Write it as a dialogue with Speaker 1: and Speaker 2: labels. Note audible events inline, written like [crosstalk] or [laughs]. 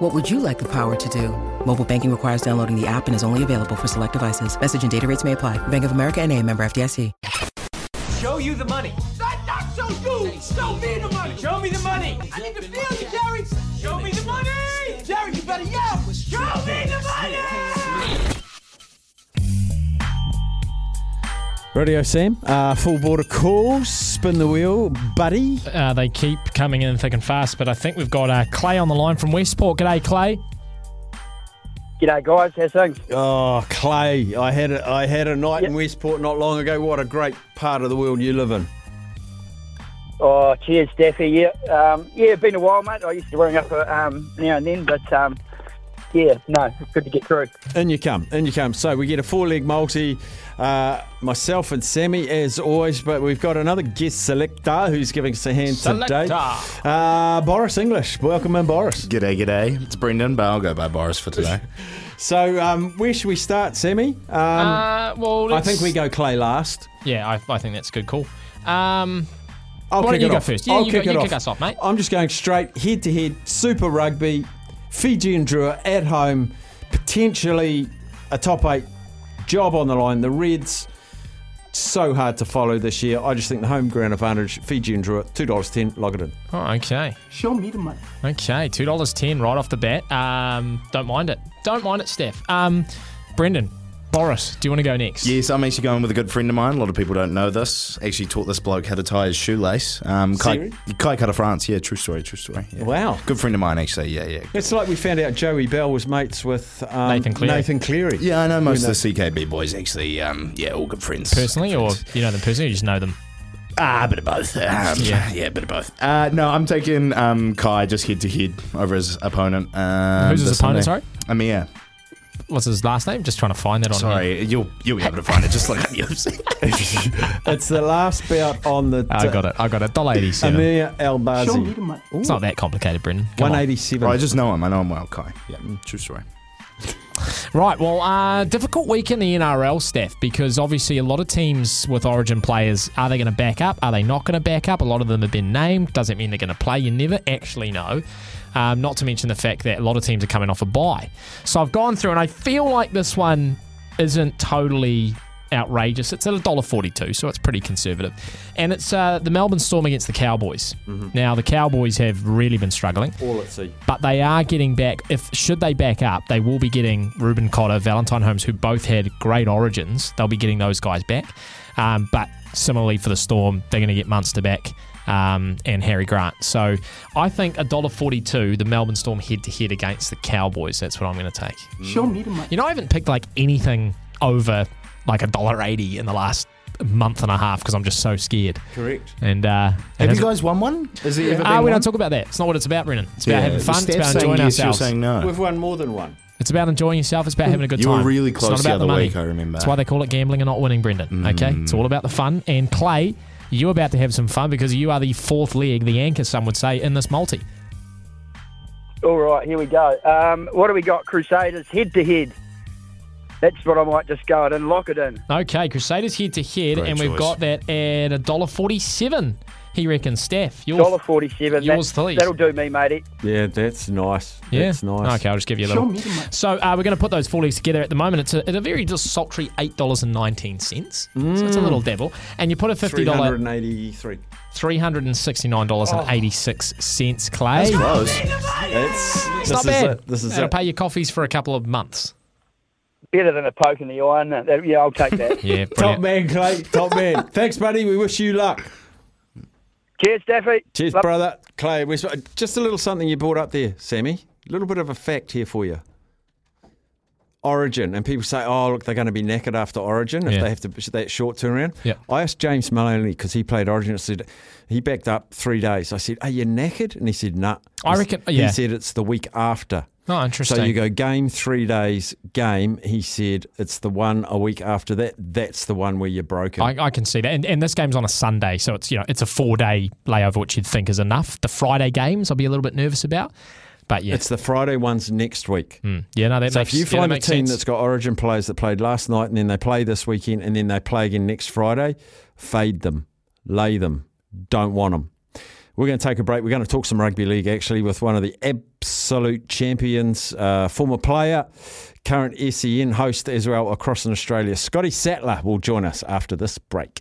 Speaker 1: What would you like the power to do? Mobile banking requires downloading the app and is only available for select devices. Message and data rates may apply. Bank of America and a member FDIC.
Speaker 2: Show you the money.
Speaker 3: Not, not show you. Show me the money.
Speaker 2: Show me the money.
Speaker 3: I need to feel you, Jerry.
Speaker 2: Show me the money.
Speaker 3: Jerry, you better yell. Show me the money.
Speaker 4: Radio Sam, uh, full board of calls, spin the wheel, buddy.
Speaker 5: Uh, they keep coming in thick and fast, but I think we've got uh, Clay on the line from Westport. G'day, Clay.
Speaker 6: G'day guys, how's things?
Speaker 4: Oh, Clay, I had a, I had a night in Westport not long ago. What a great part of the world you live in.
Speaker 6: Oh, cheers, Daffy. Yeah, um, yeah, been a while, mate. I used to ring up uh, um, now and then, but um, yeah, no, it's good to get through.
Speaker 4: In you come, in you come. So we get a four leg multi, uh, myself and Sammy as always, but we've got another guest selector who's giving us a hand today.
Speaker 5: Selector.
Speaker 4: Uh, Boris English, welcome in, Boris.
Speaker 7: G'day, g'day. It's Brendan, but I'll go by Boris for [laughs] today.
Speaker 4: So um, where should we start, Sammy? Um,
Speaker 5: Uh, well,
Speaker 4: I
Speaker 5: let's-
Speaker 4: think we go Clay last.
Speaker 5: Yeah, I, I think that's a good call. Um,
Speaker 4: I'll
Speaker 5: Why
Speaker 4: kick
Speaker 5: don't you
Speaker 4: it
Speaker 5: go
Speaker 4: off.
Speaker 5: first? Yeah,
Speaker 4: I'll
Speaker 5: you
Speaker 4: kick
Speaker 5: go-
Speaker 4: it
Speaker 5: you
Speaker 4: off.
Speaker 5: kick us off, mate.
Speaker 4: I'm just going straight head to head. Super Rugby, Fiji and Drua at home, potentially a top eight job on the line. The Reds so hard to follow this year. I just think the home ground advantage, Fiji and Drua, two dollars ten. Log it in.
Speaker 5: oh, okay.
Speaker 3: Show me the money.
Speaker 5: Okay, two dollars ten right off the bat. Um, don't mind it. Don't mind it, Steph. Um, Brendan, Boris, do you want to go next?
Speaker 7: yes, I'm actually going with a good friend of mine. A lot of people don't know this. Actually taught this bloke how to tie his shoelace. Um, Kai,
Speaker 4: Serious?
Speaker 7: Kai Cutter France. Yeah, true story, true story. yeah.
Speaker 4: Wow.
Speaker 7: Good friend of mine, actually. Yeah, yeah.
Speaker 4: It's like we found out Joey Bell was mates with um,
Speaker 5: Nathan Cleary.
Speaker 4: Cleary.
Speaker 7: Yeah, I know most of the CKB boys, actually. Um, yeah, all good friends.
Speaker 5: Personally, or you know them personally, or you just know them.
Speaker 7: Ah, a bit of both. Um, [laughs] yeah. yeah, a bit of both. Uh, no, I'm taking um, Kai just head to head over his opponent. Um,
Speaker 5: Who's his
Speaker 7: this
Speaker 5: opponent,
Speaker 7: Sunday. Amir.
Speaker 5: What's his last name? Just trying to find that on. here.
Speaker 7: Sorry, you'll you'll be able to find it. Just [laughs] look
Speaker 5: [laughs]
Speaker 7: up UFC.
Speaker 4: It's the last bout on the.
Speaker 5: I Ah, got it. I got it. Dollar eighty-seven.
Speaker 4: Amir
Speaker 3: Show
Speaker 4: El
Speaker 3: me
Speaker 4: Bazi,
Speaker 3: the money.
Speaker 5: It's not that complicated, Brendan. Come
Speaker 4: one
Speaker 5: on.
Speaker 4: eighty
Speaker 7: Right, I
Speaker 4: seven.
Speaker 7: just know him. I know him well, Kai. Yeah, true story.
Speaker 5: Right. Well, uh, difficult week in the NRL, Steph, because obviously a lot of teams with Origin players are they going to back up? Are they not going to back up? A lot of them have been named. Doesn't mean they're going to play. You never actually know. Um, not to mention the fact that a lot of teams are coming off a bye. So I've gone through, and I feel like this one isn't totally outrageous. It's at $1.42, so it's pretty conservative. And it's uh, the Melbourne Storm against the Cowboys. Now, the Cowboys have really been struggling
Speaker 4: All at sea.
Speaker 5: but they are getting back. If should they back up, they will be getting Ruben Cotter, Valentine Holmes, who both had great origins. They'll be getting those guys back. Um, but similarly for the Storm, they're going to get Munster back um, and Harry Grant. So I think $1.42, the Melbourne Storm head to head against the Cowboys. That's what I'm going to take.
Speaker 3: Show me the money.
Speaker 5: You know, I haven't picked like anything over like $1.80 in the last month and a half because I'm just so scared.
Speaker 4: Correct.
Speaker 5: And uh, it
Speaker 7: Have you
Speaker 5: hasn't-
Speaker 7: guys won one? Is there ever been
Speaker 5: Ah, we
Speaker 7: one?
Speaker 5: don't talk about that. It's not what it's about, Brennan. It's about having fun. It's
Speaker 7: Steph's
Speaker 5: about
Speaker 7: saying
Speaker 5: enjoying
Speaker 7: yes,
Speaker 5: ourselves.
Speaker 7: You're saying no. Hmm.
Speaker 4: We've won more than one.
Speaker 5: It's about enjoying yourself. It's about having a good
Speaker 7: You
Speaker 5: time.
Speaker 7: were really close
Speaker 5: it's
Speaker 7: the
Speaker 5: not about
Speaker 7: other
Speaker 5: money.
Speaker 7: week, I remember. Hmm.
Speaker 5: That's why they call it gambling and not winning, Brendan. Okay, it's all about the fun. And Clay, you're about to have some fun because you are the fourth leg, the anchor, some would say, in this multi.
Speaker 6: All right, here we go. Um, what do we got? Crusaders head to head. That's what I might just go it and lock it in.
Speaker 5: Okay, Crusaders head to head,
Speaker 7: Great
Speaker 5: and we've
Speaker 7: choice.
Speaker 5: got that at a dollar forty-seven. He reckons, Steph. You're
Speaker 6: Dollar forty-seven.
Speaker 5: Yours,
Speaker 6: that,
Speaker 5: please.
Speaker 6: That'll do me, matey.
Speaker 4: Yeah, that's nice.
Speaker 5: yeah,
Speaker 4: That's nice.
Speaker 5: Okay, I'll just give you a
Speaker 3: Show
Speaker 5: little.
Speaker 3: me the money.
Speaker 5: So uh, we're going to put those four legs together at the moment. It's a, at a very desultory eight dollars and nineteen cents. So it's a
Speaker 4: Mm.
Speaker 5: little devil, and you put a fifty dollar,
Speaker 4: 383.
Speaker 5: three hundred and sixty nine dollars and eighty six cents. Clay,
Speaker 7: Close.
Speaker 4: It's, this
Speaker 5: It's
Speaker 4: is
Speaker 5: not bad.
Speaker 4: it. This is
Speaker 5: That'll
Speaker 4: it.
Speaker 5: pay your coffees for a couple
Speaker 4: [laughs]
Speaker 5: of months.
Speaker 6: Better than a poke in the eye. Isn't it? That- Yeah, I'll take
Speaker 5: [laughs]
Speaker 6: that.
Speaker 5: Yeah,
Speaker 4: Top
Speaker 5: brilliant.
Speaker 4: man, Clay. Top man. [laughs] Thanks, buddy. We wish you luck.
Speaker 6: Cheers, Daffy.
Speaker 4: Cheers,
Speaker 6: Love-
Speaker 4: brother. Clay, we, just a little something you brought up there, Sammy. A little bit of a fact here for you. Origin, and people say, "Oh, look, they're going to be knackered after Origin if
Speaker 5: Yeah.
Speaker 4: they have to that short turnaround."
Speaker 5: Yeah.
Speaker 4: I asked James Maloney because he played Origin. I said he backed up three days. I said, "Are you knackered?" And he said, "Nah."
Speaker 5: I
Speaker 4: He s-
Speaker 5: reckon-
Speaker 4: He
Speaker 5: yeah.
Speaker 4: said it's the week after.
Speaker 5: Oh,
Speaker 4: So
Speaker 5: interesting.
Speaker 4: you go game three days game. He said it's the one a week after that. That's the one where you broke it.
Speaker 5: I, I can see that, and, and this game's on a Sunday, so it's you know it's a four day layover, which you'd think is enough. The Friday games, I'll be a little bit nervous about, but yeah, mm.
Speaker 4: it's the Friday ones next week.
Speaker 5: yeah, no, that
Speaker 4: So
Speaker 5: Hmm.
Speaker 4: if
Speaker 5: makes
Speaker 4: you
Speaker 5: yeah, that
Speaker 4: find a
Speaker 5: makes
Speaker 4: team
Speaker 5: sense.
Speaker 4: that's got Origin players that played last night and then they play this weekend and then they play again next Friday, fade them, lay them, don't want them. We're going to take a break. We're going to talk some rugby league actually with one of the absolute champions, uh, former player, E current SEN host as well across in Australia. Scotty Sattler will join us after this break.